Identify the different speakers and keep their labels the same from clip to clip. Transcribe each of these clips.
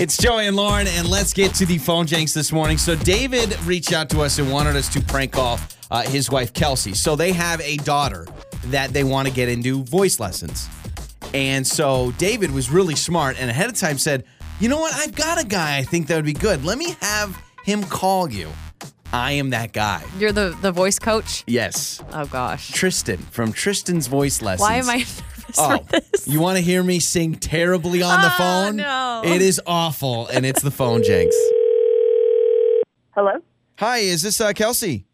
Speaker 1: It's Joey and Lauren, and let's get to the phone janks this morning. So, David reached out to us and wanted us to prank off uh, his wife, Kelsey. So, they have a daughter that they want to get into voice lessons. And so, David was really smart and ahead of time said, You know what? I've got a guy I think that would be good. Let me have him call you. I am that guy.
Speaker 2: You're the, the voice coach?
Speaker 1: Yes.
Speaker 2: Oh, gosh.
Speaker 1: Tristan from Tristan's Voice Lessons.
Speaker 2: Why am I nervous
Speaker 1: Oh,
Speaker 2: for this?
Speaker 1: you want to hear me sing terribly on the
Speaker 2: Oh,
Speaker 1: phone?
Speaker 2: no.
Speaker 1: It is awful, and it's the phone jinx.
Speaker 3: Hello?
Speaker 1: Hi, is this uh, Kelsey?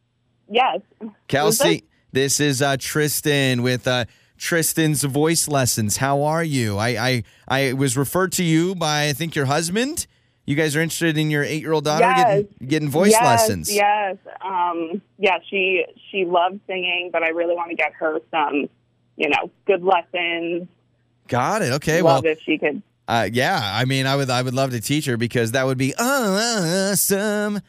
Speaker 3: Yes.
Speaker 1: Kelsey, this is uh, Tristan with uh, Tristan's voice lessons. How are you? I, I I was referred to you by I think your husband. You guys are interested in your eight-year-old daughter
Speaker 3: Yes.
Speaker 1: getting, getting voice
Speaker 3: yes,
Speaker 1: lessons.
Speaker 3: Yes. Um, yeah, she she loves singing, but I really want to get her some, you know, good lessons.
Speaker 1: Got it. Okay. well,
Speaker 3: Love if she could.
Speaker 1: Uh, yeah, I mean, I would, I would love to teach her because that would be awesome.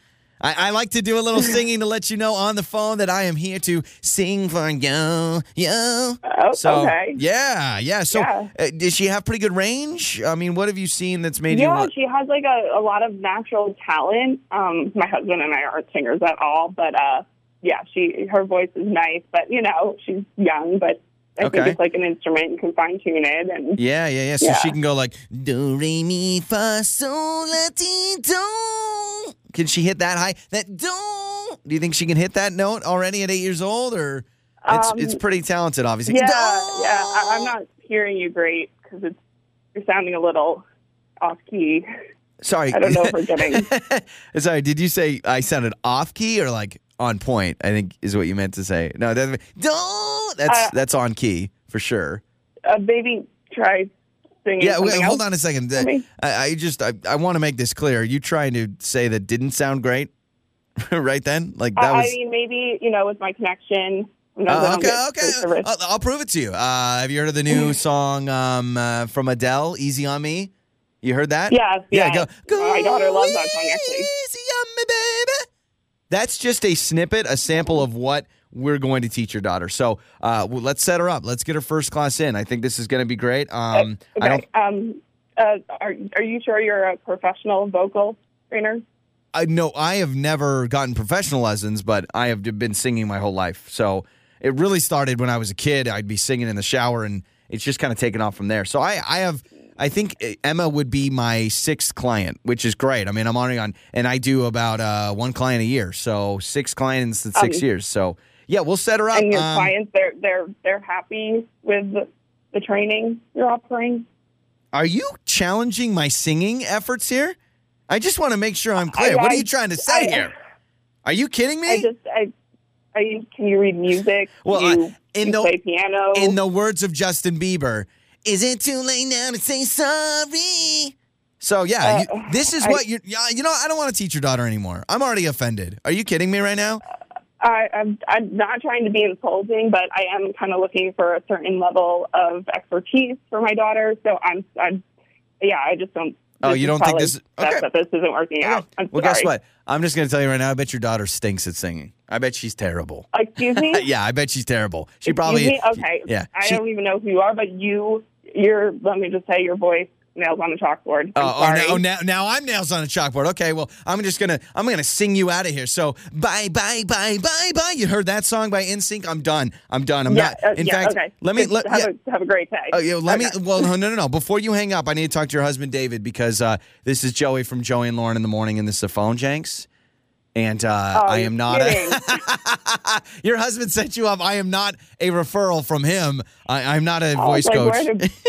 Speaker 1: I, I like to do a little singing to let you know on the phone that I am here to sing for you, you.
Speaker 3: Oh,
Speaker 1: So
Speaker 3: okay.
Speaker 1: yeah, yeah. So
Speaker 3: Yeah.
Speaker 1: Uh, does she have pretty good range? I mean, what have you seen that's made you
Speaker 3: yeah,
Speaker 1: want?
Speaker 3: she has like a, a lot of natural talent. Um, my husband and I aren't singers at all, but uh, yeah, she her voice is nice, but you know, she's young, but I think
Speaker 1: Okay.
Speaker 3: it's like an instrument you can fine tune it and
Speaker 1: Yeah, yeah, yeah. So
Speaker 3: Yeah.
Speaker 1: she can go like do re mi fa sol la ti do. Can she hit that high? That do. Do you think she can hit that note already at eight years old? Or it's
Speaker 3: Um,
Speaker 1: it's pretty talented, obviously.
Speaker 3: Yeah, yeah.
Speaker 1: Do.
Speaker 3: I, I'm not hearing you great because it's you're sounding a little off key.
Speaker 1: Sorry.
Speaker 3: I don't know if we're getting.
Speaker 1: Sorry, did you say I sounded off key or like on point? I think is what you meant to say. No, that, no that's
Speaker 3: Uh,
Speaker 1: that's on key for sure.
Speaker 3: Uh, baby, try singing.
Speaker 1: Yeah, wait,
Speaker 3: something
Speaker 1: hold
Speaker 3: else.
Speaker 1: on a second.
Speaker 3: for
Speaker 1: I,
Speaker 3: me?
Speaker 1: I just I, I want to make this clear. Are you trying to say that didn't sound great right then? Like that
Speaker 3: I,
Speaker 1: was
Speaker 3: I mean, maybe you know, with my connection. You know,
Speaker 1: Uh,
Speaker 3: I don't
Speaker 1: okay,
Speaker 3: get Mm-hmm.
Speaker 1: okay. Oh,
Speaker 3: the rest-
Speaker 1: I'll, I'll prove it to you. Uh, have you heard of the new song um, uh, from Adele, "Easy on Me"? You heard that?
Speaker 3: Yes,
Speaker 1: Yeah.
Speaker 3: yes.
Speaker 1: Go, go.
Speaker 3: My daughter loves that song, actually.
Speaker 1: Easy on me, baby. That's just a snippet, a sample of what we're going to teach your daughter. So uh, well, let's set her up. Let's get her first class in. I think this is going to be great. Um, I don't.
Speaker 3: Okay. Um, uh, are are you sure you're a professional vocal trainer?
Speaker 1: I no, I have never gotten professional lessons, but I have been singing my whole life. So it really started when I was a kid. I'd be singing in the shower, and it's just kind of taken off from there. So I, I have, I think eh, Emma would be my sixth client, which is great. I mean, I'm already on, and I do about uh, one client a year. So six clients in six
Speaker 3: Um,
Speaker 1: years. So yeah, we'll set her up.
Speaker 3: And your
Speaker 1: Um,
Speaker 3: clients, they're they're they're happy with the, the training you're offering.
Speaker 1: Are you challenging my singing efforts here? I just want to make sure I'm clear. what are you
Speaker 3: I-
Speaker 1: trying to say
Speaker 3: I-
Speaker 1: here? Are you kidding me?
Speaker 3: I just I. Are you, can you read music?
Speaker 1: Well,
Speaker 3: Do you,
Speaker 1: I- in
Speaker 3: do you
Speaker 1: the-
Speaker 3: play piano.
Speaker 1: in the words of Justin Bieber, is it too late now to say sorry? So yeah,
Speaker 3: Uh,
Speaker 1: you, this is
Speaker 3: I-
Speaker 1: what you yeah, you know. I don't want to teach your daughter anymore. I'm already offended. Are you kidding me right now?
Speaker 3: I, I'm, I'm not trying to be insulting, but I am kind of looking for a certain level of expertise for my daughter. So I'm, I'm yeah, I just don't.
Speaker 1: Oh, you
Speaker 3: is
Speaker 1: don't think
Speaker 3: probably
Speaker 1: this-
Speaker 3: best
Speaker 1: okay.
Speaker 3: That this isn't working out. I'm
Speaker 1: well,
Speaker 3: sorry.
Speaker 1: guess what? I'm just gonna tell you right now. I bet your daughter stinks at singing. I bet she's terrible. Uh,
Speaker 3: Excuse me.
Speaker 1: yeah, I bet she's terrible. She
Speaker 3: Excuse
Speaker 1: probably
Speaker 3: me? Okay.
Speaker 1: Yeah,
Speaker 3: I
Speaker 1: she-
Speaker 3: don't even know who you are, but you, you're. Let me just say, your voice nails on the chalkboard. I'm
Speaker 1: Oh, oh,
Speaker 3: sorry.
Speaker 1: now, oh, now, now I'm nails on a chalkboard. Okay, well, I'm just gonna I'm gonna sing you out of here. So bye, bye, bye, bye, bye. You heard that song by NSYNC? I'm done. I'm done. I'm
Speaker 3: yeah,
Speaker 1: not.
Speaker 3: uh,
Speaker 1: In
Speaker 3: yeah,
Speaker 1: fact,
Speaker 3: okay.
Speaker 1: let me
Speaker 3: Just
Speaker 1: let,
Speaker 3: have,
Speaker 1: yeah.
Speaker 3: a, have a great day.
Speaker 1: Oh, yeah, let
Speaker 3: Okay.
Speaker 1: me. Well, no, no, no, no. Before you hang up, I need to talk to your husband, David, because uh, this is Joey from Joey and Lauren in the morning, and this is a phone janks. And uh,
Speaker 3: Oh,
Speaker 1: I
Speaker 3: you're
Speaker 1: am not.
Speaker 3: kidding.
Speaker 1: A, your husband set you up. I am not a referral from him. I, I'm not a
Speaker 3: I was
Speaker 1: voice
Speaker 3: Oh, like,
Speaker 1: coach.
Speaker 3: where did-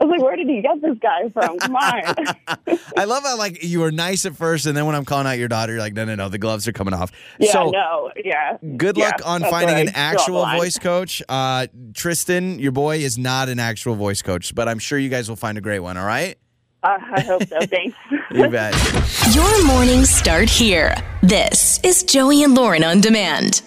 Speaker 3: I was like, where did he get this guy from? Come on.
Speaker 1: I love how like you were nice at first, and then when I'm calling out your daughter, you're like, no, no, no, the gloves are coming off.
Speaker 3: Yeah,
Speaker 1: so
Speaker 3: no, yeah.
Speaker 1: good
Speaker 3: Yeah,
Speaker 1: luck on
Speaker 3: that's
Speaker 1: finding an
Speaker 3: what I draw the
Speaker 1: actual
Speaker 3: line.
Speaker 1: voice coach. Uh, Tristan, your boy is not an actual voice coach, but I'm sure you guys will find a great one. All right.
Speaker 3: Uh, I hope so. Thanks.
Speaker 1: You bet.
Speaker 4: Your mornings start here. This is Joey and Lauren on demand.